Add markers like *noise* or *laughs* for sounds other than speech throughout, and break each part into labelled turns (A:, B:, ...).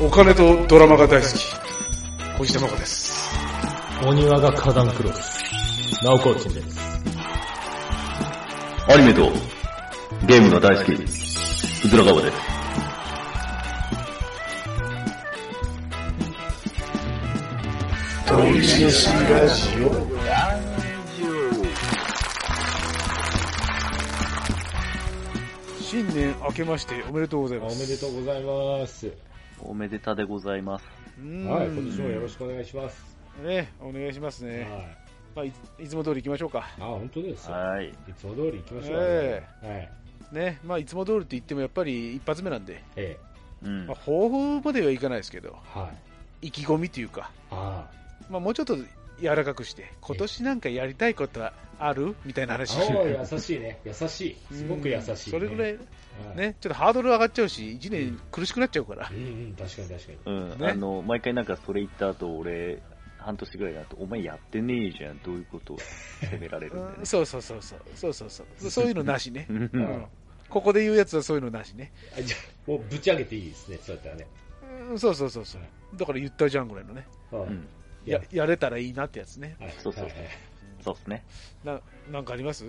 A: お金とドラマが大好き。小石真子です。
B: お庭が花壇黒です。ナオコーチンです。
C: アニメとゲームが大好き、うずらがわです。
A: 新年明けましておめでとうござい
B: お
A: ます。
B: めでとうございます。
C: おめでたでございます。
A: うーん。
B: はい、今年もよろしくお願いします。
A: ね、お願いします
B: はい
A: ね。。まあ、いいつも通り行きましょうか。
B: あ、本当ですよ。
C: はい。
B: いつも通り行きましょう。
A: え
B: はい。
A: ね、まあ、いつも通りと言ってもやっぱり一発目なんで、
B: ええ。
C: うん
A: まあ、。抱負まではいかないですけど、
B: はい。
A: 意気込みというか、
B: あ
A: まあ、もうちょっと柔らかくして、今年なんかやりたいことはあるみたいな
B: あ。
A: 話
B: 青は優しいね。優しい。すごく優しい、ね。
A: それぐらい、
B: はい。
A: ね、ちょっとハードル上がっちゃうし、1年苦しくなっちゃうから
B: う、んうん、確かに確かに。
C: うん、
A: ね
C: あの、毎回なんかそれ言った後、俺、半年ぐらいだと、お前やってねえじゃん、どういうことを責められるんだよ
A: う *laughs*
C: ね
A: ん。そうそうそうそう、そうそうそう、そういうのなしね
C: う、ん
A: う
B: うん
A: ん、ここで言うやつはそういうのなしね、
B: あじゃあもうぶち上げていいですね、そうやったらね。
A: うんそうそうそうそう、だから言ったじゃんぐらいのね、
B: うん
C: うん。
A: ややれたらいいなってやつね、
B: はい、
C: そうそう
B: はいはい
C: そうっすね。
A: ななんかあります
C: い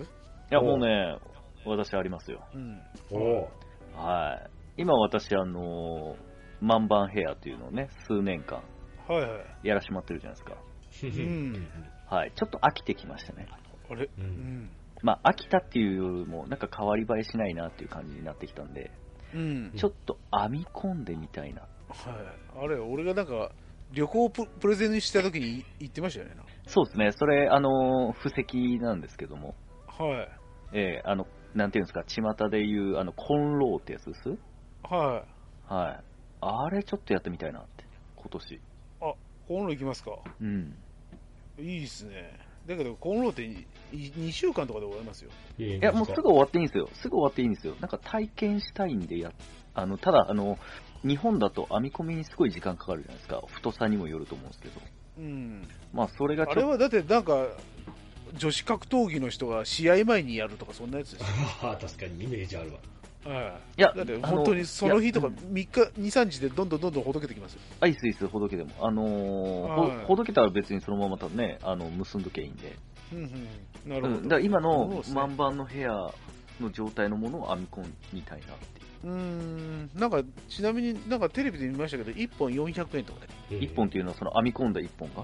C: や、もうね、私ありますよ。
A: うん、
B: おお
C: はい。今私、あのー、マンバンヘアっていうのをね、数年間
A: はいはい、
C: やらしまってるじゃないですか。
B: う
A: うんん、
C: はい。ちょっと飽きてきましたね。
A: あれ、
B: う
A: うんん、
C: まあ、飽きたっていうよりも、なんか変わり映えしないなっていう感じになってきたんで、
A: うん、
C: ちょっと編み込んでみたいな。
A: はい、あれ、俺がなんか、旅行をププレゼンしたときに言ってましたよね、なんか
C: そうですね、それ、あの、布石なんですけども、
A: はい、
C: えーあの、なんていうんですか、巷でいう、あの、コンローってやつです
A: は
C: はい。あれちょっとやってみたいなって、今年。
A: い、コンロ行きますか、
C: うん。
A: いいっすね、だけど、コンロってい2週間とかで終わりますよ。
B: *laughs* いやい
C: いや、もうすぐ終わっていいんですよ。すぐ終わっていいんですよ。なんか体験したいんでや、あの、ただ、あの、日本だと編み込みにすごい時間かかるじゃないですか。太さにもよると思うんですけど。
A: うん、
C: まあ、それが
A: あ
C: ち
A: れ
C: ょっ
A: はだってなんか女子格闘技の人が試合前にやるとかそんなやつでし
B: *laughs* ああ、確かにイメージあるわ。
A: ょ、はい
C: や
A: だって
C: あの
A: 本当にその日とか
C: いや
A: 3日23日でどんどんどんどんほどけてきますよ
C: と、アイスイスほどけても、あのーほ
A: はい
C: ほどけたら別にそのままたね、あの、結んどきゃいいんで。
A: うんうんなる
C: う
A: ほ
C: ん
A: ど、
C: だから今
A: そう
C: の
A: ですね
C: 満版のヘアの状態のものを編み込みたいなっていう
A: ーんなんかちなみになんかテレビで見ましたけど1本400円とかで
B: ええ
C: 一本っていうのはその編み込んだ一本が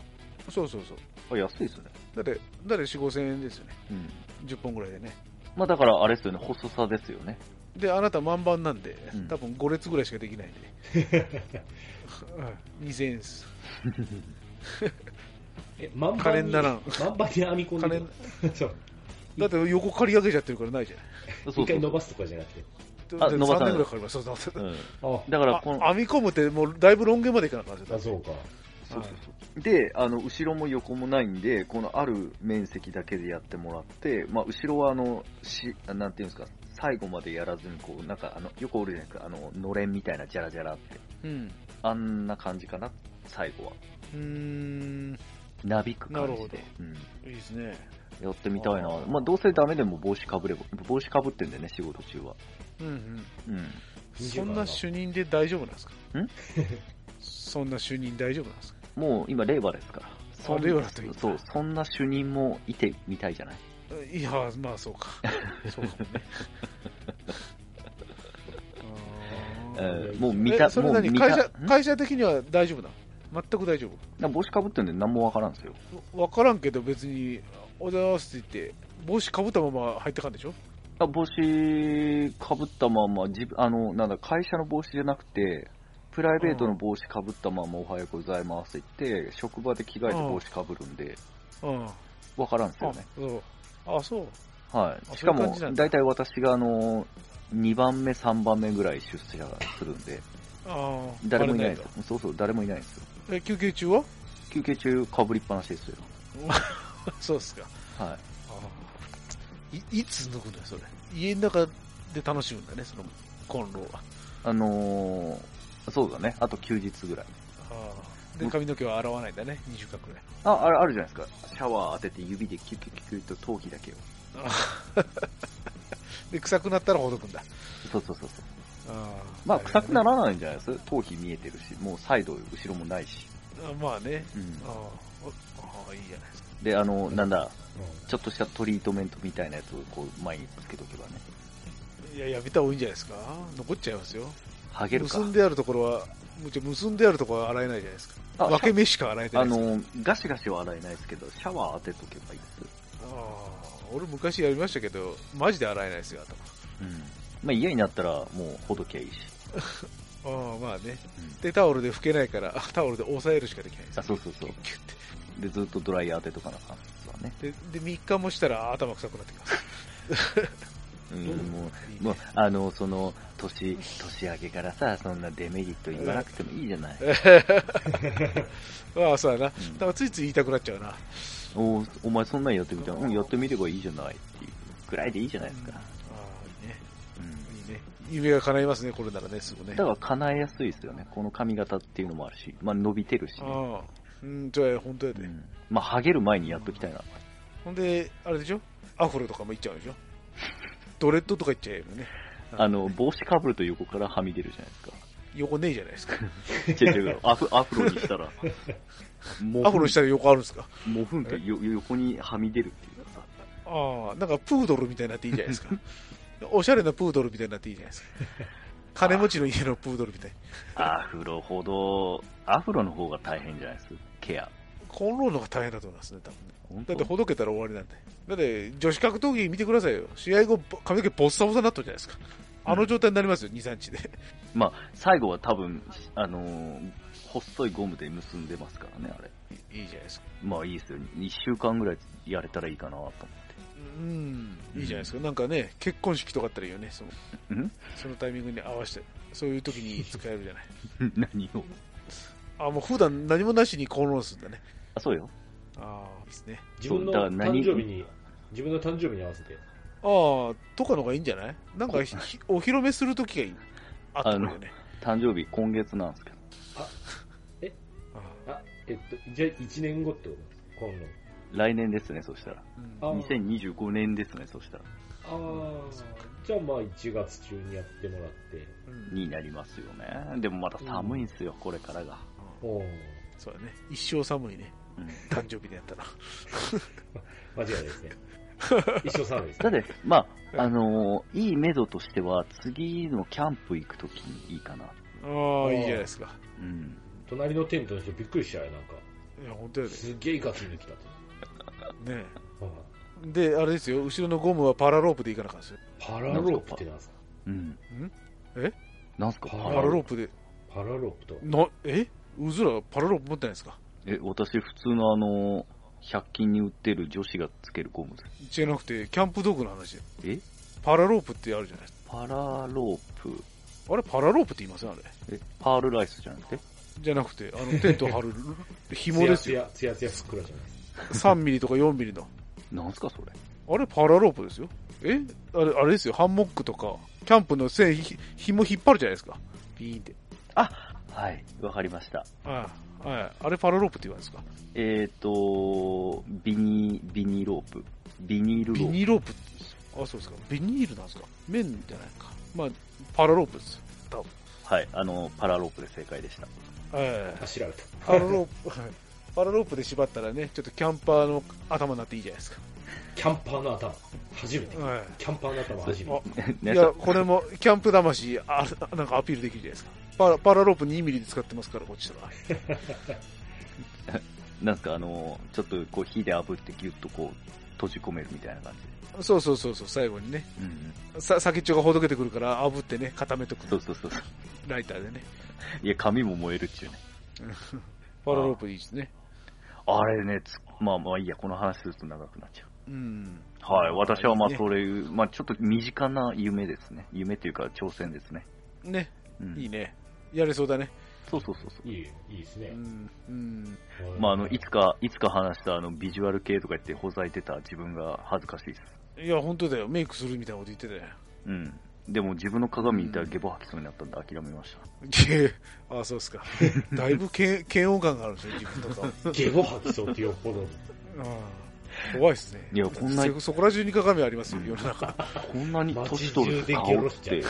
A: そうそうそう
C: あ安いですね
A: だってだって4 5千円ですよね
C: うん
A: 10本ぐらいでね
C: まあだからあれですよね細さですよね
A: であなた満番なんで
C: うん
A: 多分5列ぐらいしかできないんで、
B: *laughs*
A: うん、2000円です
B: え、まんば
A: 金
B: に、
A: にならん
B: まんばに編み込んでるの *laughs* そう。
A: だって横刈り上げちゃってるからないじゃない
C: そう
B: 一
C: そう
B: 回伸ばすとかじゃなくて。
A: だ
C: あ
A: って
C: 伸ばさ
A: 3
C: な
A: 年ぐ
C: い
A: らいかかりますそうそうそう
C: うん、
B: あ
C: だから
A: あ
C: この
A: 編み込むってもうだいぶ論言までいかなかったんですよ
B: あ、そうか。
C: そうそうそうであの後ろも横もないんでこのある面積だけでやってもらって、まあ、後ろはあのしなんていうんですか最後までやらずにこうなんかあのよくおるじゃないですかあののれんみたいなジャラジャラって
A: うん
C: あんな感じかな最後は
A: うーん
C: なびく感
A: なる
C: じ
A: ほ
C: で
A: ど、
C: うん、
A: いいですね
C: やってみたいな。
A: あー
C: まあ、どうせダメでも帽子かぶれば、帽子かぶってんだよね、仕事中は。
A: うんうん
C: うん。
A: そんな主任で大丈夫なんですか
C: ん
A: そんな主任大丈夫なんですか
C: もう今、令和ですから。そん
A: 令和だといい
C: そう、そんな主任もいてみたいじゃない。
A: いやまあそう
C: *laughs*
A: かそうかもねあー
C: えーもう見た
A: え、それ
C: もう
A: 何
C: 見た。
A: 会社
C: ん
A: 会社的には大丈夫なの全く大丈
C: な帽子かぶってんで何もわからんですよ。
A: 夫わからんけど別におじゃますって言って帽子かぶったまま入ってかんでしょ
C: あ帽子かぶったまま、自分、あの、なんだ、会社の帽子じゃなくて、プライベートの帽子かぶったままおはようございますって言って、職場で着替えて帽子かぶるんで、
A: うんあ
C: わからんですよね。
A: そうあそう
C: はい。
A: あ
C: し
A: そうい
C: か
A: う感
C: も
A: じなん、だ
C: だいたい私があの、2番目、3番目ぐらい出社するんで、
A: ああ
C: 誰もいない
A: バレ
C: んで
A: と
C: すよ。そうそう、誰もいないんですよ。
A: え休憩中は *laughs*
C: 休憩中、かぶりっぱなしですよ。
A: そうですか
C: はい。
A: いいつ抜くのよそれ家の中で楽しむんだねそのコンロは
C: あのー、そうだね。あと休日ぐらい。
A: で髪の毛は洗わないんだね2週間くらい
C: あ、あれあるじゃないですか。シャワー当てて指でキュキュキュキュと頭皮だけを。
A: で臭くなったらほどくんだ
C: そうそうそうまあ、臭くならないんじゃないです頭皮見えてるし、もうサイド、後ろもないし。
A: あまあね。
C: うん
A: あーあー、いいじゃないですか。
C: で、あの、なんだ、
B: う
C: ちょっとしたトリートメントみたいなやつをこう前につけとけばね、
A: いや、やめた方がいいんじゃないですか。残っちゃいますよ。
C: 剥げるか
A: 結。んであるところは、むちゃ結んであるところは洗えないじゃないですか。
C: あ
A: 分け目しか洗えてな
C: あ
A: いですか
C: の、ガシガシは洗えないですけど、シャワー当てとけばいいです。
A: あー俺昔やりましたけど、マジで洗えないですよ、頭。
C: うん。まあ嫌になったらもうほどきゃいいし。
A: ああ、まあね。
C: うん
A: で、タオルで拭けないから、 *laughs* あタオルで押さえるしかできないです。
C: あ、そうそうそう。
A: キュッて。
C: で、ずっとドライヤー当てとかなあかんわね。
A: で、で3日もしたらあー頭臭くなってきます。
C: *laughs* うん、も、
A: いう
C: もう、あの、その、年、年明けからさ、そんなデメリット言わなくてもいいじゃない。
A: ああ、そうやな。
C: うん
A: だからついつい言いたくなっちゃうな。
C: おーお前そんなんやってみたら、うん、やってみればいいじゃないっていうぐらいでいいじゃないですか。
A: ああ、いいね。
C: うん。
A: いいね。夢が叶いますね、これならね、すぐね。
C: だから叶えやすいですよね。この髪型っていうのもあるし、まあ伸びてるし、ね。
A: ああ。うん、じゃあ、本当やで。
C: うんまあ、ハゲる前にやっときたいな。
A: ほんで、あれでしょアフロとかもいっちゃうでしょドレッドとかいっちゃえばね。
C: あの、帽子かぶると横からはみ出るじゃ
A: 横ねえじゃないですか。
C: ないですか。違う違う、
A: *laughs*
C: アフアフロにしたら。
A: アフロしたら横あるんですか
C: モフンがよ横にはみ出るっていうかさ。
A: ああ、なんかプードルみたいになっていいじゃない
C: *laughs*
A: ですか。おしゃれなプードルみたいになっていいじゃないですか。金持ちの家のプードルみたい。
C: アフロほど、アフロの方が大変じゃないですか。ケア。
A: コンローの方が大変だと思いますね、多分ね。だ
C: 本当
A: ってほどけたら終わりなんで。だって女子格闘技見てくださいよ。試合後、髪の毛ボッサボサになったじゃないですか。あの状態になりますよ、2、3日で。
C: まあ、最後は多分、あのー細いゴムで結んでますからね、あれ。
A: いいいじゃないですか。
C: まあいいですよ。1週間ぐらいやれたらいいかなと思って。 *laughs*
A: うん、いいじゃないですか。なんかね、結婚式とかあったらいいよね。その
C: ん
A: そのタイミングに合わせて、そういう時 *laughs* に使えるじゃない。
C: 何を
A: あ、もう普段何もなしにコンローするんだね。
C: あ、そうよ。
A: ああ、いいですね。
B: 自分の
C: そうだから何
B: 誕生日に、自分の誕生日に合わせて。
A: ああ、とかの方がいいんじゃないなんかひ、ひお披露目するときがいい。あったんだよね。
C: 誕生日今月なんですけど。
A: あ
B: あ、えっと、じゃあ1年後ってこと今度。
C: 来年ですね、そしたら。
A: あうん
B: あ
C: 2025年ですね、そしたら。
B: ああ、じゃあまあ1月中にやってもらって。
A: うん
C: になりますよね。でもまだ寒いんですよ、これからが。
B: おー
A: そうだね。一生寒い *laughs* ね。
C: うん
A: 誕生日でやったら。
B: 間違いないですね。一生寒いです
C: た
B: ね。
C: だって、まあ、あのーいい目処としては、次のキャンプ行くときにいいかな。
A: ああ、
B: ー
A: いいじゃないですか。
C: うん。
B: 隣のテントの人びっくりしちゃうよ、なんか。
A: いや、本当やです
B: げえガキ抜きだと。
A: ね
B: うん
A: えで、あれですよ。後ろのゴムはパラロープでいかなあかんですよ。
B: パラロープってなんですか
C: うん。
A: んえ
C: なんすか
B: パ
A: パ
B: ラ
A: ラロ
B: ロ
A: ープで。
B: パラロープと。
A: な、えうずらパラロープ持ってないですか
C: え、私、普通のあの、100均に売ってる女子がつけるゴムです。
A: 違なくて、キャンプ道具の話で。
C: え
A: パラロープってあるじゃないです
C: パラロープ。
A: か。あれ、パラロープって言いませんあれ。
C: え、パールライスじゃなくて
A: じゃなくて、あの、テント張 *laughs* る紐ですよ。
B: ツヤツヤ、ツヤツヤふっくらじゃないですか。
A: 3ミリとか4ミリの。
C: なんすか、それ。
A: あれ、パラロープですよ。えあれ、あれですよ。ハンモックとか、キャンプの線、ひ紐引っ張るじゃないですか。ピーンって。
C: はい、わかりました。
A: ああ、はい。あれ、パラロープって言わないですか。
C: えっ、と、ビニ、ビニロープ。ビニールロ
A: ビ
C: ープ。
A: ニロープって言うんですあ、そうですか。ビニールなんですか。麺じゃないか。まあ、パラロープです。多分。
C: はい、あの、パラロープで正解でした。
A: ええ
B: あ、調べた。
A: パラロープ、はいパラロープで縛ったらね、ちょっとキャンパーの頭になっていいじゃないですか。
B: キャンパーの頭。初めて。
A: は
B: キャンパーの頭初めて
A: あ。い。
C: ね
A: いや、これも、キャンプ魂、あ、なんかアピールできるじゃないですか。パラ、パラロープ2ミリで使ってますから、こっちは。
C: なんすか、あの、ちょっとこう火で炙ってギュッとこう、閉じ込めるみたいな感
A: そうそうそうそう、最後にね。
C: じ。うんうん。
A: さ、先っちょがほどけてくるから、炙ってね、固めとく
C: そ
A: の
C: うそう *laughs* そうそう。
A: ライターでね。
C: いや、髪も燃えるっちゅうね。
A: パラロープいいですね。
C: あれね、つまあまあいいや、この話すると長くなっちゃう。
A: うん。
C: はい、私はまあ
A: いいね
C: それ、まあちょっと身近な夢ですね。夢っていうか挑戦ですね。
A: ね、
C: うん、
A: いいね。やれそうだね。
C: そうそうそうそう。
B: いい、いいです
A: う
B: ね。
A: ん。うん。
C: まああの、いつか、いつか話したあの、ビジュアル系とか言ってほざいてた自分が恥ずかしいです。
A: いや、本当だよ。メイクするみたいなこと言ってたよ。
C: うん。でも自分の鏡見たらゲボ吐きそうになったんで諦めました。
A: げえあ、そうです
C: *laughs*
A: か。だいぶ嫌嫌悪感があるんですよ、自分とか。
B: ゲボ吐きそうってよっぽど。
A: うん怖いですね。
C: いやこんな
A: そそこら中に鏡ありますよ、世の中。
C: こんなに年取ると
B: 街中で
C: 顔
B: ゲロ
C: っ
B: しちゃう
C: て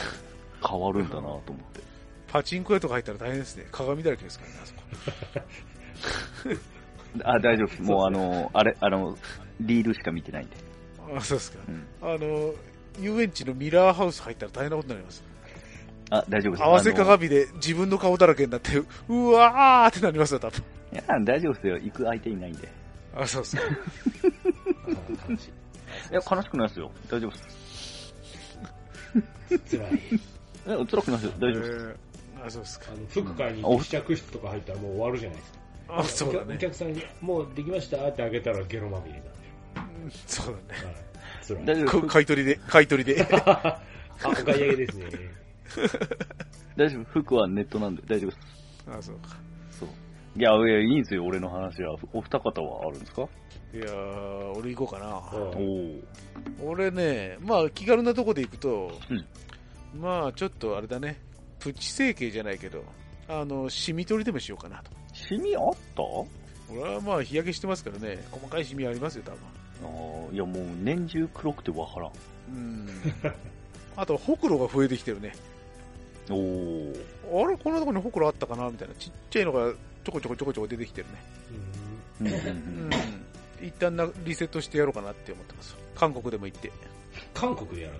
C: 変わるんだなと思って。
A: パチンコ屋とか入ったら大変ですね。鏡だらけですからね、あそこ。
C: あ、大丈夫です。もうあの、あれ、あの、リールしか見てないんで。
A: あ、そうですか。
C: うん
A: あの、遊園地のミラーハウス入ったら大変なことになります。
C: あ、大丈夫です。
A: 合わせ
C: あの
A: 鏡で自分の顔だらけになって、うわーってなりますよ、多分。
C: いや、大丈夫ですよ。行く相手いないんで。
A: あ、そうですか。あ悲しい
C: いや、悲しくないですよ。大丈夫です。
B: 辛い。
C: いや、辛くないですよ。
A: え
C: 大丈夫です。
A: ーあ、そうですか
B: あ。の、副会に行って試着室とか入ったらもう終わるじゃないですか。
A: あ、そうだ
B: お
A: ね。
B: 客さんに、もうできましたってあげたらゲロまみれになる。
A: うんそうだね。
B: はい。辛い。
C: 大丈夫
A: こ買い取りで、買い取りで。
B: あ、お買い上げですね。
A: *laughs*
C: 大丈夫。服はネットなんで大丈夫で
A: あ、そうか。
C: す。そう。いや、いや、いいんですよ。俺の話は。お二方はあるんですか
A: いやー、俺行こうかな。
B: うん
C: おお。
A: 俺ね、まあ気軽なとこで行くと、
C: うん
A: まあちょっとあれだね、プチ整形じゃないけど、あの、シミ取りでもしようかなと。
C: シミあった
A: 俺はまあ日焼けしてますからね、細かいシミありますよ、多分。
C: ああ、いや、もう年中黒くてわからん。
A: うん。あと、ほくろが増えてきてるね。
C: おお。
A: あれ、こんなとこにほくろあったかなみたいな。ちっちゃいのがちょこちょこちょこちょこ出てきてるね。
C: うんうんう
A: うん
C: ん。。
A: 一旦なリセットしてやろうかなって思ってます。韓国でも行って。
B: 韓国でやる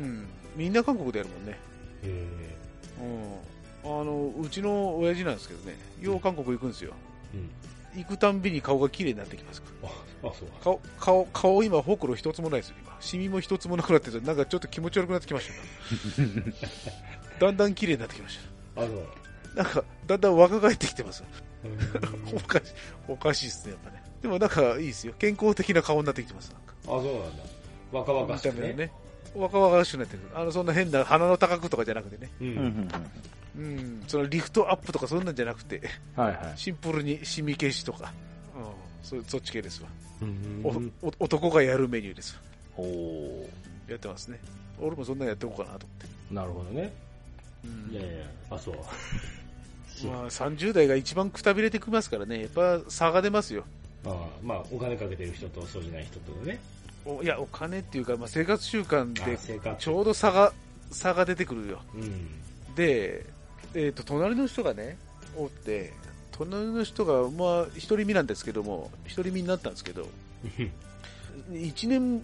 B: の
A: うん。みんな韓国でやるもんね。
B: え
A: うん。あの、うちの親父なんですけどね、よう韓国行くんですよ。
B: ーうん。
A: 行くたんびに顔が綺麗になってきます
B: あ、あそう。
A: 顔顔顔今ほくろ一つもないですよ今シミも一つもなくなっててなんかちょっと気持ち悪くなってきました *laughs* だんだん綺麗になってきまし
B: あの、
A: たなんかだんだん若返ってきてます
B: うん
A: おかしいおかしいですねやっぱねでもなんかいいですよ健康的な顔になってきてますなんか
B: あ、そうなんだ。若々
A: 見
B: しい
A: た目は。ね若々しくなってるあのそんな変な鼻の高くとかじゃなくてね
B: う
C: うんうん
B: ん。
A: うんそのリフトアップとかそんなんじゃなくて
B: はいはい。
A: シンプルにシミ消しとか、うん、そそっち系ですわ、
B: うん
A: おお男がやるメニューです
C: おお。
A: やってますね。俺もそんなのやっていこうかなと思って。
B: なるほどね。
A: うん
B: いやいや、あ、そう。
A: まあ、30代が一番くたびれてきますからね、やっぱ差が出ますよ。
B: あまあ、お金かけてる人とそうじゃない人とね。
A: おいや、お金っていうか、まあ、生活習慣
B: あ
A: で
B: 生活。
A: ちょうど差が差が出てくるよ。
B: うん。
A: で、えー、と隣の人がね、おって、隣の人が、まあ、一人身なんですけども、一人身になったんですけど、1年、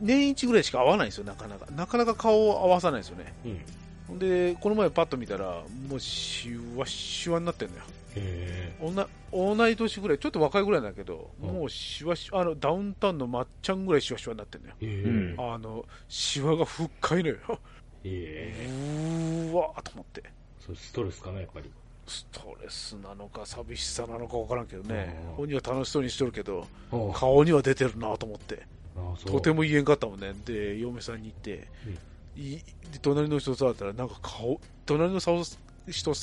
A: 年一ぐらいしか会わないんですよ、なかなか。なかなか顔を合わさないんですよね。
B: うん。
A: ほんで、この前パッと見たら、もうシワシワになってんのよ。
B: へえ。
A: 同同い年ぐらい、ちょっと若いぐらいなんだけど、
B: うん
A: もうしわしあのダウンタウンのまっちゃんぐらいしわしわになってんのよ。
B: へ
C: うん
A: あの、しわが深いのよ。う
B: え。
A: ーわーと思って。
B: そう、ストレスかな、やっぱり。
A: ストレスなのか寂しさなのか分からんけどね
B: うん、
A: 本人は楽しそうにしとるけど、
B: あ
A: 顔には出てるなと思って、
B: あそう
A: とても言えんかったもんね。で、嫁さんに言って、いで隣の人と会ったら、なんか顔、隣の人さ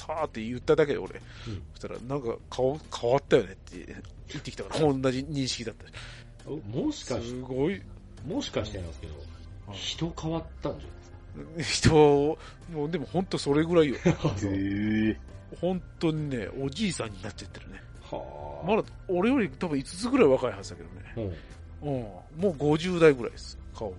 A: ーって言っただけで俺、
B: うん
A: そしたら、なんか顔変わったよねって言ってきたから、同じ認識だった。
B: おもしかし
A: すごい
B: もしかしてなんですけど、人変わったんじゃないですか
A: 人をもうでも本当それぐらい
B: *laughs*
A: よ
B: あ
C: へえ。
A: 本当にねおじいさんになっちゃってるね
B: はあ。
A: まだ俺より多分5つぐらい若いはずだけどね、
B: うん
A: うん、もう50代ぐらいです顔は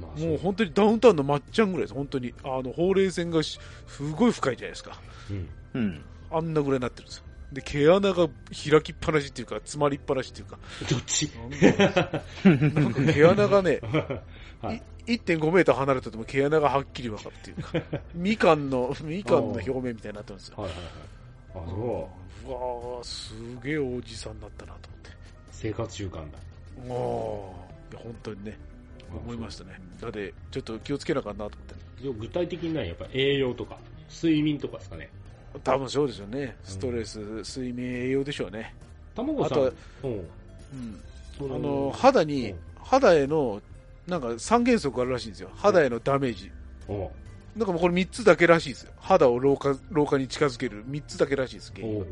B: まあ、そ
A: もう
B: う。
A: 本当にダウンタウンのまっちゃんぐらいです本当にあのほうれい線がしすごい深いじゃないですか
B: うん。
C: うん。
A: あんなぐらいになってるんですよで毛穴が開きっぱなしっていうか詰まりっぱなしっていうか
B: どっち *laughs*
A: なんかなんか毛穴がね
B: はい。
A: い1.5メーター離れてても毛穴がはっきり分かるっていうか
B: *laughs*
A: みかんのみかんの表面みたいになってるんですよ
B: はいはいはい。あ、そう。
A: うわーすげえおじさんになったなと
B: 生活習慣だ。
A: 思って。ああ、いや、本当にね、思いましたね。だって、ちょっと気をつけなあかんなと思って。
B: じゃあ具体的に何やっぱ栄養とか、睡眠とかですかね。
A: 多分そうですよね。ストレス、睡眠、栄養でしょうね。
B: 卵さん、
A: あ
B: うん、
A: うん。
B: そ
A: あの、肌
B: う
A: に
B: ん、
A: 肌への、なんか三原則あるらしいんですよ。肌へのダメージ。
B: おう
A: なんかもうこれ3つだけらしいですよ。肌を老化、老化に近づける3つだけらしいです。原因
B: おう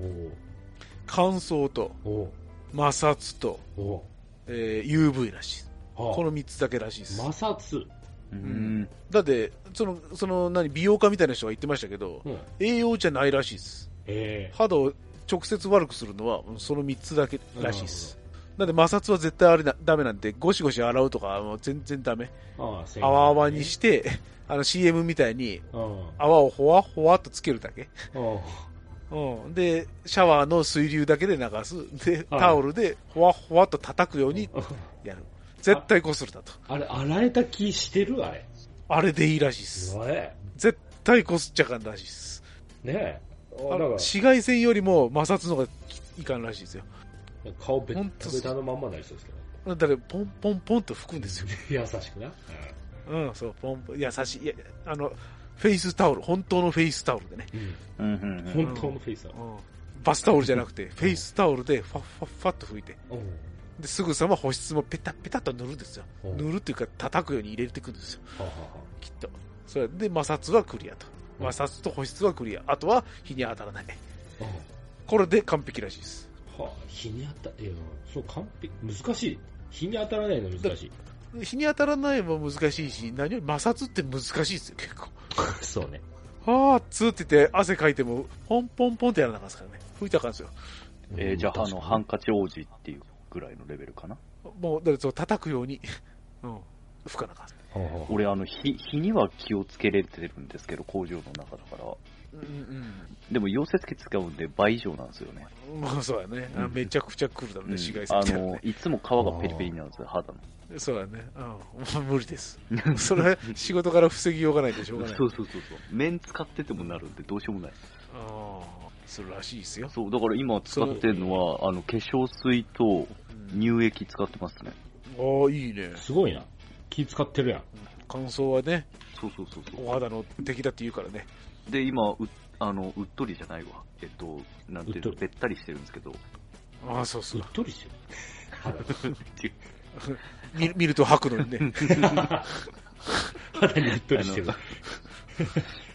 A: 乾燥と、
B: おう
A: 摩擦と、
B: おうおう
A: えー UV らしい。
B: あ
A: この3つだけらしいです。
B: 摩擦。
C: うん。
A: だって、その、その、何、美容家みたいな人が言ってましたけど、
B: うん。
A: 栄養じゃないらしいです。
B: え
A: 肌を直接悪くするのは、その3つだけらしいです。なんで摩擦は絶対あれなダメなんで、ゴシゴシ洗うとかもう全然ダメ。
D: ああ、せん
A: 泡泡にして、あの CM みたいに
D: うん。あ
A: 泡をほわほわっとつけるだけ。
D: あ。
A: うん、で、シャワーの水流だけで流す。で、
D: はい
A: タオルでほわほわっと叩くようにやる。絶対こするだと。
D: あれ、洗えた気してるあれ。
A: あれでいいらしいです。
D: ね
A: 絶対こすっちゃかんらしいです。
D: え。ねえ。あ
A: あ
D: だから、
A: 紫外線よりも摩擦の方がいかんらしいですよ。
D: 顔べっ
A: ほん
D: た
A: と
D: べたのまんまになりそうですけど。
A: だからポンポンポンと拭くんですよ。
D: 優しくな。
A: うん、そう、ポンポン、優しい。いや、あの、フェイスタオル、本当のフェイスタオルでね。
D: うん。
C: うんうんうん。
D: 本当のフェイスだ。
A: うん、バスタオルじゃなくて、フェイスタオルでファッファッファッと拭いて。
D: うん。
A: ですぐさま保湿もペタペタと塗るんですよ。
D: うん
A: 塗るっていうか、叩くように入れていくんですよ。
D: はあはあは
A: きっと。それで、摩擦はクリアと。摩擦と保湿はクリア。あとは、日に当たらない。
D: あ。うん
A: これで完璧らしいです。
D: はあ、日に当た、えー、そう、完璧、難しい。日に当たらないの難しい。
A: 日に当たらないも難しいし、何より摩擦って難しいですよ、結構。
D: そうね。
A: あーっつーって言って、汗かいても、ポンポンポンってやらなかったですからね。拭いたらあかんですよ。
C: えーじゃあ、あの、ハン
D: ン
C: カチ王子っていうぐらいのレベルかな。
A: もう、だからそう叩くように、うん、拭かなかった。
C: 俺、あの、日、日には気をつけれてるんですけど、工場の中だから。
A: うんうん
C: でも、溶接機使うんで倍以上なんですよね。
A: うん。まあそうやね。あ
C: うん
A: めちゃくちゃ来るだろう
C: うん
A: ね、紫外線
C: あ
A: って、
C: の
A: ね、
C: いつも皮がペリペリなんですよ、肌の。
A: そうやね。うん。無理です。それ
C: *laughs*
A: は仕事から防ぎようがないんでしょうがない。
C: そうそうそうそう。面使っててもなるんでどうしようもない。
A: ああ、するらしいですよ。
C: そう、だから今使ってるのは、あの、化粧水と
A: うん、
C: 乳液使ってますね。
A: ああ、いいね。
D: すごいな。気使ってるやん。
A: 乾燥はね、
C: そうそうそうそ
A: お肌の敵だって言うからね。
C: う。で、今、う、あの、うっとりじゃないわ。えっと、なんていう
D: うっと
C: の、
D: り
C: べったりしてるんです *laughs* けど、
A: ああ、そうそうう
D: っ。とりしてる。肌が
A: 見見ると吐くのにね。
D: 肌にうっとりしてる。 *laughs*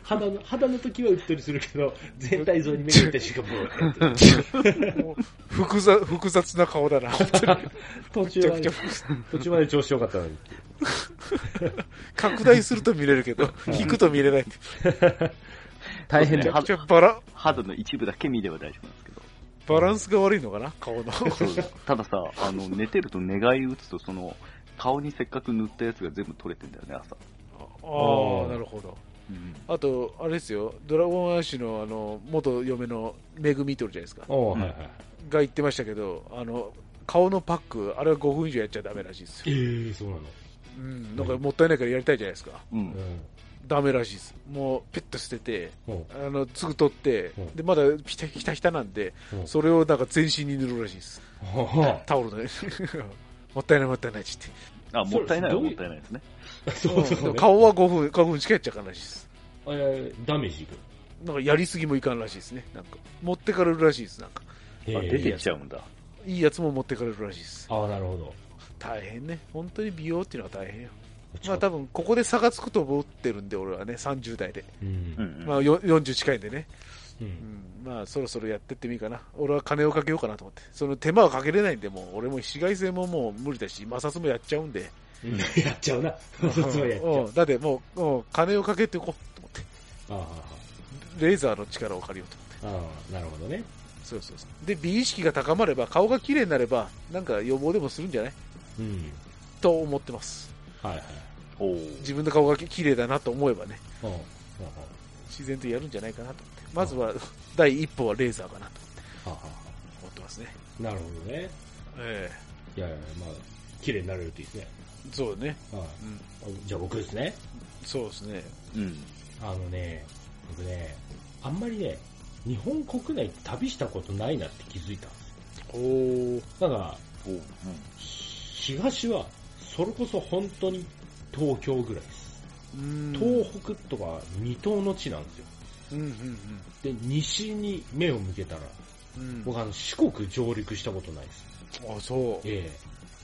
D: 肌の、肌の時はうっとりするけど、全体像に目がてしかもう、
A: もう複雑、複雑な顔だな。本当に
D: 途
A: めち
D: 中
A: ゃ
D: ま
A: くち
D: で
A: ゃ、複雑
D: 途中まで調子良かったのに。
A: 拡大すると見れるけど、引くと見れないって。
D: 大
C: 変だ
A: めちゃくちゃバラ、
C: 肌の一部だけ見れば大丈夫なんですけど。
A: バランスが悪いのかな顔の。
C: たださ、あの、寝てると寝返り打つと、その、顔にせっかく塗ったやつが全部取れてんだよね、朝。
A: ああ、なるほど。あと、あれですよ、ドラゴンアッシュのあの元嫁のめぐみとるじゃないですか、
D: おーはいはい。
A: が言ってましたけど、あの顔のパック、あれは5分以上やっちゃダメらしいです
D: ええ
A: よ、
D: そうなの。
A: うん、なんかもったいないからやりたいじゃないですか、
C: うん。
D: う
A: ダメらしいです、もうペット捨てて、
D: ん。おう
A: あのすぐ取って
D: う、ん
A: でまだひたひたひたなんで
D: う、ん
A: それをなんか全身に塗るらしいです、
D: はは
A: タオルの *laughs* もったいない、もったいないって言っ
C: あ、もったいないは
D: そうで
C: もっ
D: す
C: たいないですね。
D: そう
A: て、
D: そう、ね。
A: 顔は5分 ,5 分しかやっちゃいかんらしいです。
D: えーダメージいく。
A: なんかやりすぎもいかんらしいですね。なんか持ってかれるらしいです。なんか
C: あ、
D: え
C: 出て
D: ー
C: きちゃうんだ。
A: いいやつも持ってかれるらしいです。
D: ああ、なるほど。
A: 大変ね、本当に美容っていうのは大変よ、まあ多分ここで差がつくと思ってるんで、俺はね、30代で、
D: う
C: うん
D: ん。
C: うん。
A: まあ、よ40近いんでね、
D: う。
A: うんん、まあそろそろやってってもいいかな、俺は金をかけようかなと思って、その手間はかけれないんで、もう俺も紫外線ももう無理だし、摩擦もやっちゃうんで、
D: やっちゃうな。 *laughs* そっちもやっちゃ
A: う。
D: うん
A: だってもう、うん金をかけていこうと思って、
D: ああ
A: レーザーの力を借りようと思って。
D: ああ、なるほどね。
A: そうそうそうで美意識が高まれば顔が綺麗になればなんか予防でもするんじゃない
D: うん。
A: と思ってます
D: はいはい。
C: おー
A: 自分の顔が綺麗だなと思えばね
D: うん。うんうん
A: 自然とやるんじゃないかなと思ってまずは第一歩はレーザーかなと
D: ははは
A: 思ってますね
D: なるほどね。
A: え
D: いやいや、まあ、綺麗になれるといいですね。
A: えそうね
D: は
A: うん
D: い。じゃあ僕ですね。
A: そうですね
C: うん。
D: あのね、僕ね、あんまりね、日本国内旅したことないなって気づいたんです
A: おお
D: よ。だから、
C: おーうん
D: 東は、それこそ本当に東京ぐらいです。
A: うん
D: 東北とか二島の地なんですよ。
A: うんうん
D: で、西に目を向けたら、
A: うんうん
D: 僕あの四国上陸したことないです。
A: あそう
D: ええ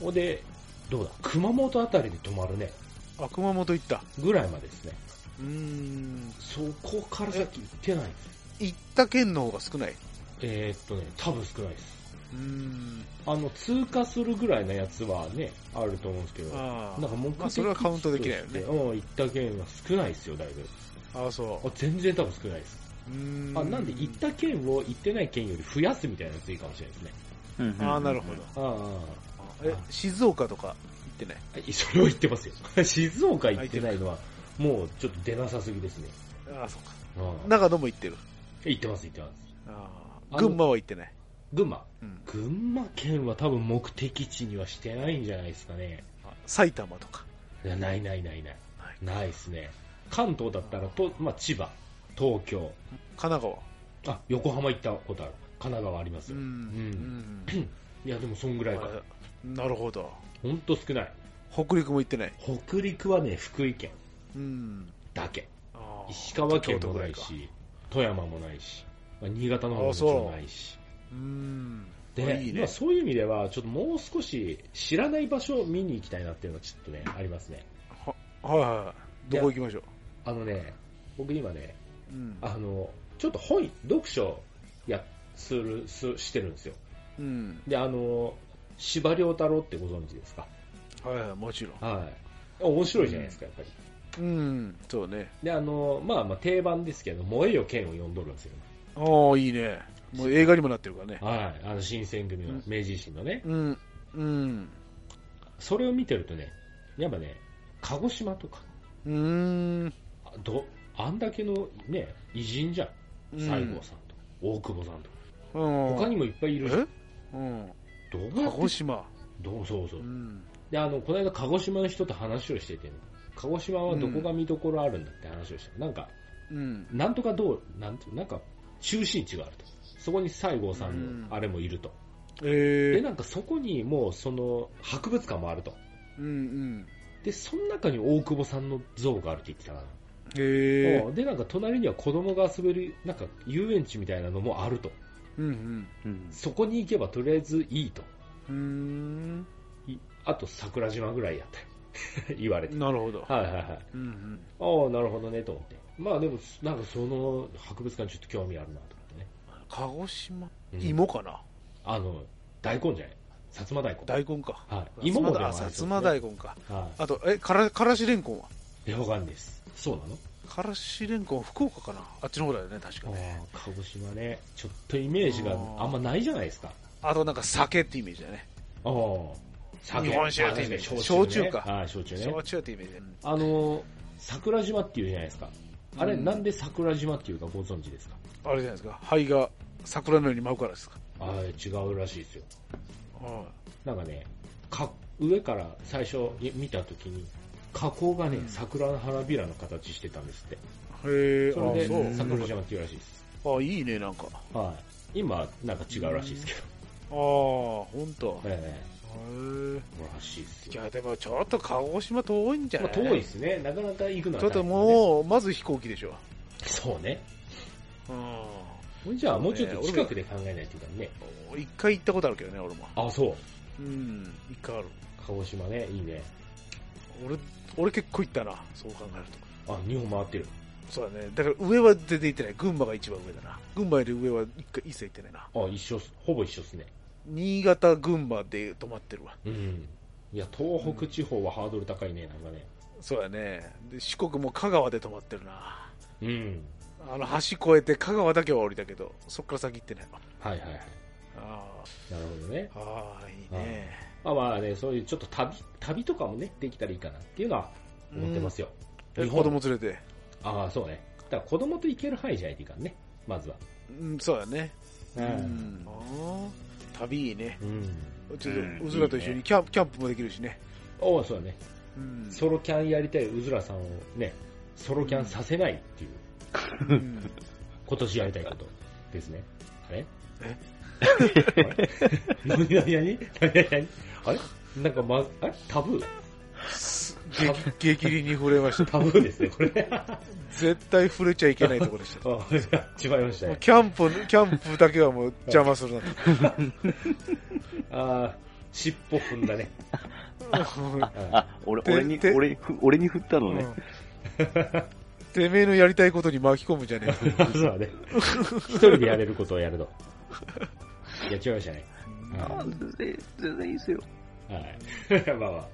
D: ほんで、どうだ、熊本あたりに泊まるね、
A: あ熊本行った
D: ぐらいまでですね。
A: うーん
D: そこから先行ってないんです。
A: 行った県の方が少ないう
D: えーっとね、多分少ないです。
A: ーん
D: あの、通過するぐらいのやつはね、あると思うんですけど、なんか
A: あー
D: 目的
A: まあそれはカウントできないよね
D: 地としてうん、行った県は少ないですよ、だいぶ。
A: あそ
D: あ全然多分少ないです。
A: ううーん
D: あなんで行った県を行ってない県より増やすみたいなやついいかもしれないですね。
C: うん
A: ああ、なるほど。。
D: ああ
A: え、静岡とか行ってない
D: ああそれを言ってますよ。 *laughs* 静岡行ってないのは、もうちょっと出なさすぎですね。
A: ああ、そっか。
D: うん
A: 長野も行ってる。
D: 行ってます、行ってます。
A: あ
D: あ
A: あ。
D: の
A: 群馬は行ってない。
D: 群馬。
A: うん。
D: 群馬県は多分目的地にはしてないんじゃないですかね。
A: 埼玉とか。
D: いやないないないない。
A: はい
D: ないですね。関東だったらと、まあ、千葉、東京、
A: 神奈川。
D: あ、横浜行ったことある。神奈川あります
A: う
D: よ。
A: ん。
D: いや、でもそんぐ
A: う
D: らい
A: ん
D: かな。
A: なるほど。
D: ほんと少ない。
A: 北陸も行ってない。
D: 北陸はね、福井県
A: うん。
D: だけ。
A: ああ
D: 石川県もない。
A: 京都ぐらか
D: し、富山もないし、まあ、新潟の方ももちろんないし。
A: うん。
D: で、
A: いい
D: まあ
A: ね。
D: そういう意味では、ちょっともう少し知らない場所を見に行きたいなっていうのはちょっとね、ありますね。
A: はいはいはい。どこ行きましょう。
D: あのね、僕今ね、
A: うん。
D: あの、ちょっと本、読書や、する、す、してるんですよ。
A: うん。
D: で、あの、司馬遼太郎ってご存知ですか
A: はいはい、もちろん。
D: はい。面白いじゃないですか、やっぱり。
A: うん、そうね。
D: で、あの、まあまあ定番ですけど、燃えよ剣を読んどるんですよ。
A: ああ、いいね。もう映画にもなってるからね。
D: はい。あの、新選組
A: う
D: の
A: ん
D: 明治維新のね。
A: うん、うん。
D: それを見てるとね、やっぱね、鹿児島とか、
A: うーん。
D: あど、あんだけのね、偉人じゃん。西郷さんとか、大久保さんとか。
A: うん。
D: 他にもいっぱいいるじゃん。
A: えうん。
D: どうや
A: 鹿
D: って
A: 児島。
D: どうそうそうう。
A: ん。
D: で、あの、この間鹿児島の人と話をしてて、ね、鹿児島はどこが見どころあるんだって話をして、なんか、
A: うん。
D: なんとかどう、なんてなんか、中心地があると。そこに西郷さん
A: うん
D: のあれもいると。で、
A: えー。
D: なんかそこにもうその博物館もあると。
A: うんうん。
D: で、その中に大久保さんの像があるって言ってたかな。
A: えー。
D: うんで、なんか隣には子供が遊べる、なんか遊園地みたいなのもあると。
A: うん
C: うん
D: そこに行けばとりあえずいいと。
A: うん。うーん。
D: いあと桜島ぐらいやったよ。言 *laughs* われて。
A: なるほど。
D: はいはいはい。
A: うんうん。
D: ああ、なるほどね、と思って。まあでも、なんかその博物館ちょっと興味あるな、と思ってね。
A: 鹿児島。
D: うん
A: 芋かな
D: あの、大根じゃない薩摩大根。
A: 大根か。
D: はい。芋もでもあ
A: あ、
D: るん
A: 薩
D: ですよ
A: 摩大根か。
D: は。
A: あと、え、から、からしれんこんはい
D: で、わかんないです。そうなの
A: からしれんこんは福岡かなあっちの方だよね、確かね。
D: あー鹿児島ね、ちょっとイメージがあんまないじゃないですか。
A: あとなんか酒ってイメージだね。
D: ああ。酒
A: 日本酒
D: あ確に
A: 焼酎
D: ね
A: 焼酎か
D: はい、焼酎ね。
A: そう中ってイメージだね。
D: あの、桜島っていうじゃないですか。あれ、
A: うん
D: なんで桜島っていうかご存知ですか
A: あれじゃないですか。灰が桜のように舞うからですか。
D: ああ、違うらしいですよ。
A: は
D: なんかね、か上から最初見たときに、加工がね、桜の花びらの形してたんですって。
A: い。へえ、
D: それ
A: あ、そう
D: で、。桜島っていうらしいです。
A: あ、いいね、なんか。あ
D: はい。今、なんか違うらしいですけど。
A: あ、ほんと。へ
D: え
A: え。
D: えらしいです
A: い
D: よ。
A: や、でもちょっと鹿児島遠いんじゃ
D: ま
A: な
D: あ、
A: い
D: 遠いですね。なかなか行くのは
A: ちょっともう、まず飛行機でしょ。
D: う。そうね。
A: うん。
D: じゃあ、もうちょっと近くで考えないといけないね。
A: 一回行ったことあるけどね、俺も。
D: あ、そう。
A: うん、一回ある。
D: 鹿児島ね、いいね。
A: 俺、俺結構行ったな、そう考えると。
D: あ、日本回ってる。
A: そうだね。だから上は全然行ってない。群馬が一番上だな。群馬より上は一回一切行ってないな。
D: あ、一緒っす、ほぼ一緒っすね。
A: 新潟、群馬で止まってるわ。
D: うん。いや、東北地方はハードル高いね、なんかね。
A: そうやねで四国も香川で止まってるな
D: うん。
A: あの橋越えて香川だけは降りたけどそっから先行ってない
D: はいはいはい。
A: あ
D: なるほどね。
A: ーあーいいね
D: まあまあね、そういうちょっと旅、旅とかもね、できたらいいかなっていうのは思ってますよ。
A: え
D: 日
A: 子
D: 本
A: 供連れて
D: ああ、そうね。だから子供と行ける範囲じゃないといかんね。まずは。
A: うんそうやね
D: う
A: う。んあー旅いいね
D: うん。
A: ちょっ
C: うん
A: とうずらと一緒にキャンプキャンプもできるしね
D: おお、そうだね。
A: うん
D: ソロキャンやりたい、うずらさんをね、ソロキャンさせないっていう、
A: うん
D: 今年やりたいことですね。あれ
A: え
D: あれ何何何何何あれなんかま、あれタブー
A: す激激凛に触れました
D: タブーですね、これ。
A: 絶対触れちゃいけないところでした
D: あ違いました
A: もう
D: ね。
A: キャンプキャンプだけはもう邪魔するなと
D: ああ、尻尾踏んだね。うん
C: あ、俺、俺に、
A: てて
C: 俺に、俺に振ったのね。
A: うんてめえのやりたいことに巻き込むんじゃねえ
D: あそうだね。一人でやれることをやると。いや、違いましたね。
C: あ
D: は
C: 全然、全然いいですよ。
D: い。はいまあまあ。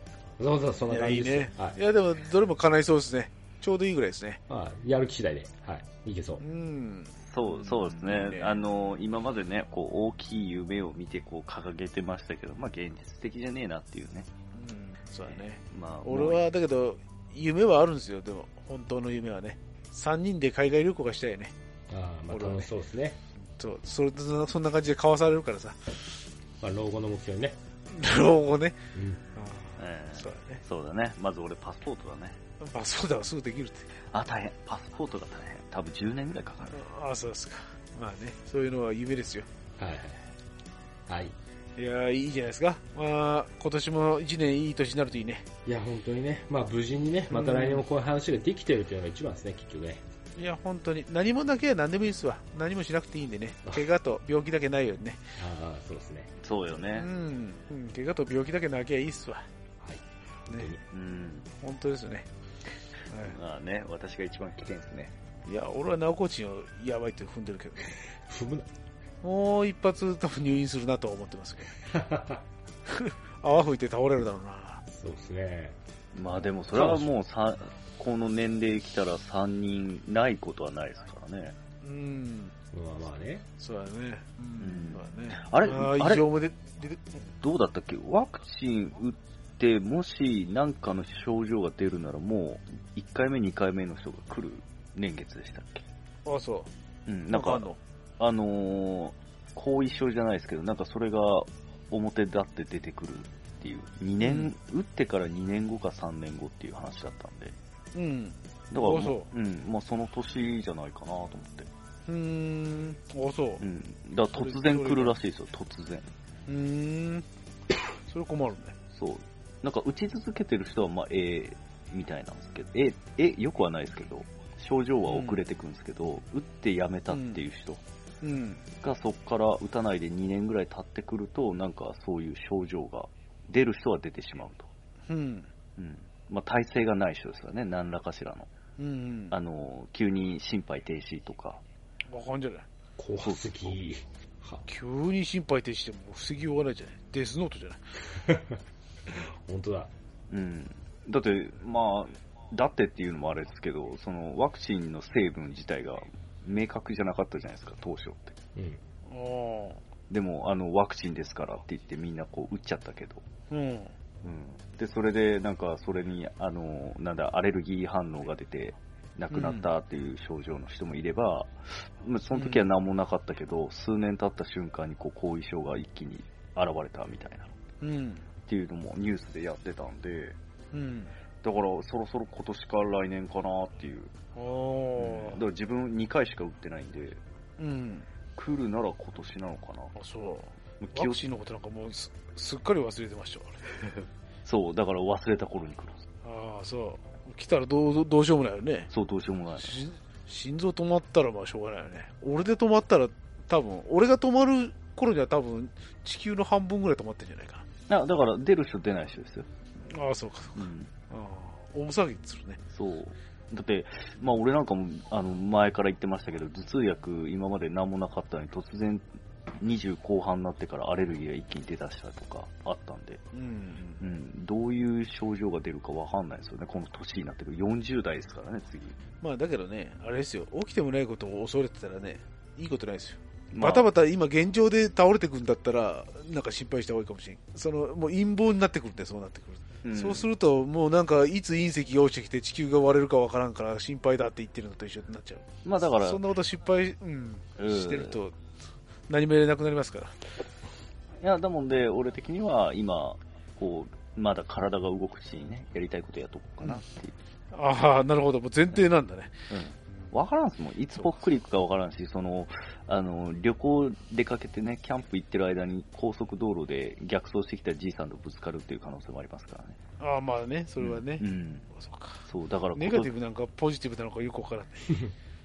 D: そうそう、そん
A: い
D: な
A: や、
D: 感
A: い
D: じ
A: い
D: ですよ
A: ね。
D: はい
A: いや、でも、どれも叶いそうですね。ちょうどいいぐらいですね。
D: はい。やる気次第で、はい。いけそう
A: う。ん。
C: そう、そうですね。
A: ね
C: あの、今までね、こう、大きい夢を見て、こう、掲げてましたけど、まあ、現実的じゃねえなっていうね。
A: うん、そうだね。
C: まあ、
A: 俺は、だけど、夢はあるんですよ、でも、本当の夢はね。3人で海外旅行がしたいね。
D: ああ、まあ
A: 俺はね
D: 楽しそうですね。
A: そう、それとそんな感じで交わされるからさ。
D: まあ老後の目標にね。
A: 老後ね。
D: うん。
C: もうええ
A: そうだね。
C: そうだね。まず俺、パスポートだね。
A: まあ、そうだわ、すぐできるって。
C: あ、大変。パスポートが大変。多分10年ぐらいかかる。
A: ああ、そうですか。まあね、そういうのは夢ですよ。
D: はいはい。はい。
A: いやーいいじゃないですか。まあ、今年も1年いい年になるといいね。
D: いや、本当にね、まあ無事にね、また来年もこういう話ができてるというのが一番ですね、結局ね。
A: いや、本当に。何もなければ何でもいいですわ。何もしなくていいんでね。怪我と病気だけないようにね。
D: ああ、そうですね。
C: そうよ
A: う
C: ね。
A: ん。うん怪我と病気だけなきゃいいっすわ。
D: はい。
A: ね。
C: うん。
A: 本当ですよね。
C: まあね、私が一番危険ですね。
A: はい、いや、俺はナオコーチンをやばいって踏んでるけど、ね、
D: 踏むな。
A: もう一発多分入院するなとは思ってますけど。泡吹いて倒れるだろうな。
D: *laughs* そうですね。
C: まあでも、それはもう、さこの年齢来たら3人ないことはないですからね。
A: うん。
D: まあまあね。
A: そうだね。う
C: うん
A: ん。そうだね。
C: あれ
A: ー
C: あれ
A: 異常もで出て、
C: どうだったっけワクチン打って、もし何かの症状が出るならもう、1回目、2回目の人が来る年月でしたっけ
A: あ、そう。
C: うん、なんか、
A: あんの
C: あのー後遺症じゃないですけど、なんかそれが表立って出てくるっていう、2年、打ってから2年後か3年後っていう話だったんで、だ
A: うん。
C: か
A: あ
C: ら
A: そ
C: も
A: う
C: う、うん、まあその年じゃないかなと思って。
A: うーん。あ、そう。
C: うん、だから突然来るらしいですよ、突然。
A: うーん。それ困るね。
C: そう。なんか打ち続けてる人は、まあ、ええみたいなんですけど、ええよくはないですけど、症状は遅れてくんですけど、打ってやめたっていう人
A: うん。
C: がそこから打たないで2年ぐらい経ってくると、なんかそういう症状が出る人は出てしまうと。
A: うん。
C: うん。まあ、体制がない人ですよね、何らかしらの。
A: うん。
C: あの、急に心肺停止とか。
A: わかんじゃない。
D: 怖すぎ。は、
A: 急に心肺停止しても防ぎようがないじゃない。デスノートじゃない。
D: 本当だ。
C: うん。だって、まあ、だってっていうのもあれですけど、そのワクチンの成分自体が明確じゃなかったじゃないですか、当初っ
D: う
C: て。
D: ん。
A: あ
C: でも、あの、ワクチンですからって言ってみんなこう打っちゃったけど。
A: あ。うん。
C: うん。で、それで、なんか、それに、あの、なんだ、アレルギー反応が出て、亡くなったっていう症状の人もいれば、まあその時は何もなかったけど、数年経った瞬間にこう後遺症が一気に現れたみたいな、っ
A: うん。
C: ていうのもニュースでやってたんで、
A: うん。
C: だからそろそろ今年か来年かなってい
A: あ
C: う。だか
A: あ。
C: ら自分2回しか打ってないんで、
A: うん。
C: 来るなら今年なのかな。
A: あ、そう。
C: 気
A: ワ
C: を
A: クチンのことなんかもうすすっかり忘れてましたから。
C: そう、だから忘れた頃に来る。
A: ああ、そう。来たらどうどうしようもないよね。
C: そう、どうしようもない。
A: し心臓止まったらまあしょうがないよね。俺で止まったら多分、俺が止まる頃には多分地球の半分ぐらい止まってんじゃないか
C: なだから出る人出ない人ですよ。
A: な。ああ、そうか。
C: うん。
A: ああ。大騒ぎするね。
C: そう。だって、まあ俺なんかも、あの、前から言ってましたけど、頭痛薬今まで何もなかったのに突然20後半になってからアレルギーが一気に出だしたとかあったんで、
A: うん。
C: うん。どういう症状が出るかわかんないですよね。この年になってくる。40代ですからね、次。
A: まあだけどね、あれですよ、起きてもないことを恐れてたらね、いいことないですよ。
C: まあ
A: バタバタ今現状で倒れてくんだったら、なんか心配した方がいいかもしれん。その、もう陰謀になってくるんで、そうなってくる。
C: うん
A: そうすると、もうなんか、いつ隕石が落ちてきて地球が割れるかわからんから心配だって言ってるのと一緒になっちゃう。
C: まあだから
A: そ、んなこと失敗、うん、
C: うん
A: してると、何もやれなくなりますから。
C: いや、だもんで、俺的には今、こう、まだ体が動くうちにね、やりたいことやっとこうかなっていう。
A: ああ、なるほど、もう前提なんだね。
C: うん。わからんっすもん。いつぽっくり行くかわからんし、その、あの、旅行出かけてね、キャンプ行ってる間に高速道路で逆走してきたじいさんとぶつかるっていう可能性もありますからね。
A: ああ、まあね、それはね。
C: うん。
A: そうか
C: そう、だから
A: ネガティブなんかポジティブなのかよくわからない。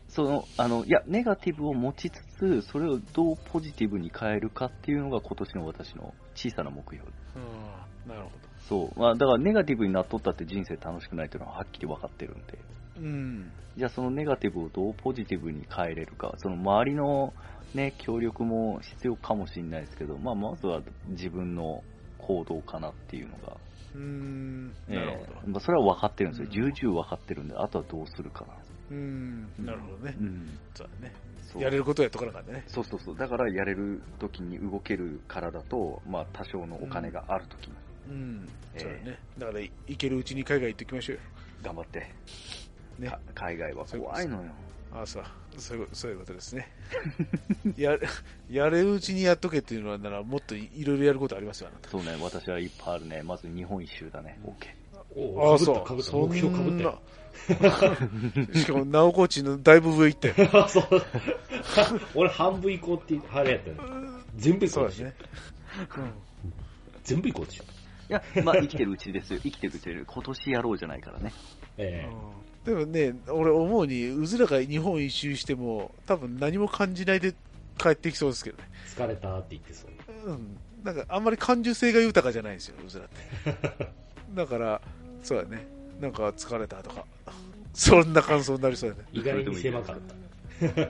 C: その、あの、いや、ネガティブを持ちつつ、それをどうポジティブに変えるかっていうのが今年の私の小さな目標。
A: うん、なるほど。
C: そう。まあ、だからネガティブになっとったって人生楽しくないっていうのははっきりわかってるんで。
A: うん。
C: じゃあそのネガティブをどうポジティブに変えれるか、その周りのね、協力も必要かもしれないですけど、まあまずは自分の行動かなっていうのが、
A: ううーん、
C: え
A: なるほど。
C: えまあ、それは分かってるんですよ、
A: う
C: 重々分かってるんで、あとはどうするかな、
A: うーん、なるほどね
C: う。ん、
A: そうだね。
C: そう
A: やれることやっとかなあかんね。
C: そうそうそう、だからやれるときに動ける体と、まあ、多少のお金があるときに
A: うん、
C: ええ
A: そうだね。だから、い行けるうちに海外行ってきましょうよ。
C: 頑張って、
A: ね
C: か海外は怖いのよ、
A: ああ、そう、そういうそういうことですね。 *laughs* や、やれるうちにやっとけっていうのは、なら、もっといいろいろやることありますよ、あなた。
C: そうね、私はいっぱいあるね、まず日本一周だね、OK、
D: お
A: あ
D: お、
A: あ、
D: かぶった、
A: そ
D: かぶ
A: う。
D: った、
A: そんな
D: 目標かぶったよ。
A: しかも、な *laughs* おコーチのだいぶ上行ったよ。
D: *laughs* そう。 *laughs* 俺半分行こうって、あれやったの。全部行こ
A: そうう
D: で
A: です
D: しょ
A: ね。。うん
D: 全部行こうでしょ。
C: いや、 *laughs* まあ、生きてるうちですよ、生きてるうちで、今年やろうじゃないからね、
D: え
A: でもね、俺思うに、うずらが日本一周しても、多分何も感じないで帰ってきそうですけどね。
D: え疲れたって言ってそう。
A: うん。なんか、あんまり感受性が豊かじゃないんですよ、うずらって。
D: *laughs*
A: だから、そうだね。なんか疲れたとか、そんな感想になりそうだね。
D: 意外に狭かった。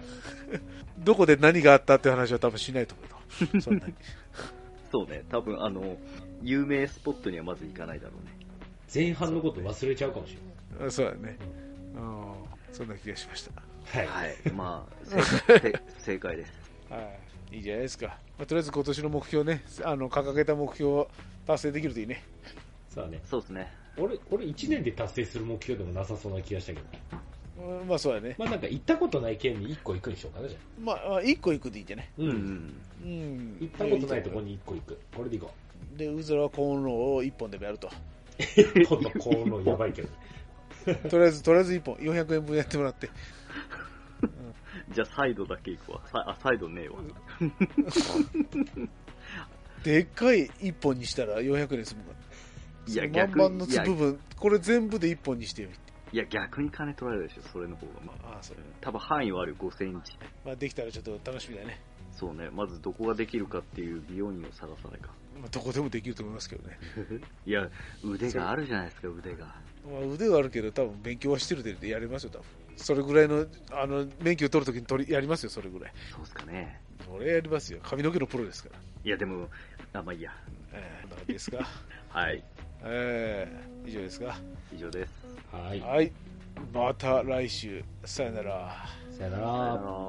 A: どこで何があったって話は多分しないと思うな。そ
D: *laughs*
A: んなに。
C: そうね、多分あの有名スポットにはまず行かないだろうね。
D: 前半のこと忘れちゃうかもしれ
A: あそうだね。うん。そんな気がしました。
D: ない。はい。
C: はい、ま
A: *laughs*
C: あ、正解正解です。
A: はい。いいじゃないですか。まあとりあえず今年の目標ね、あの、掲げた目標を達成できるといいね。
D: さあね、
C: そうですね。
D: 俺、俺1年で達成する目標でもなさそうな気がしたけど。
A: うんまあそうだね。
D: まあなんか行ったことない県に1個行くにしようかな、じゃあ。
A: まあ、まあ一個行くでいいんじゃない
D: うん
C: う。ん。
A: うん
D: 行ったことないとこに1個行く。これで行こ *laughs*
A: で、うずらはコーンローを一本でもやると。
D: う。ちょっとこうのやばいけど。
A: とりあえず、とりあえず一本、400円分やってもらって。
C: じゃあ、サイドだけ行くわ。サイあ、サイドねえわ。
A: でっかい一本にしたら400円済むから。
C: いや、
A: その
C: 逆
A: 満々の
C: に、い
A: 粒
C: や、い
A: 分、これ全部で一本にしてよ。
C: や逆に金取られるでしょ、それの方が。まあ、
A: ああ、そう。
C: 多分範囲はあるよ、5センチ。
A: まあ、できたらちょっと楽しみだね。
C: そうね、まずどこができるかっていう美容院を探さないか。
A: まあ、どこでもできると思いますけどね。
C: いや、腕があるじゃないですか、腕が。
A: まあ、腕はあるけど、多分勉強はしてるでやりますよ、多分。それぐらいの、あの、免許取るときに取り、やりますよ、それぐらい。
C: そうっすかね。
A: それやりますよ。髪の毛のプロですから。
C: いや、でも、あ、まあいいや。
A: ええこんな感じですか。
C: はい、
A: ええ以上ですか。
C: 以上です。
D: はい。
A: はい。また来週。さよなら。
D: さよな
C: さよ
D: ら
C: な。ら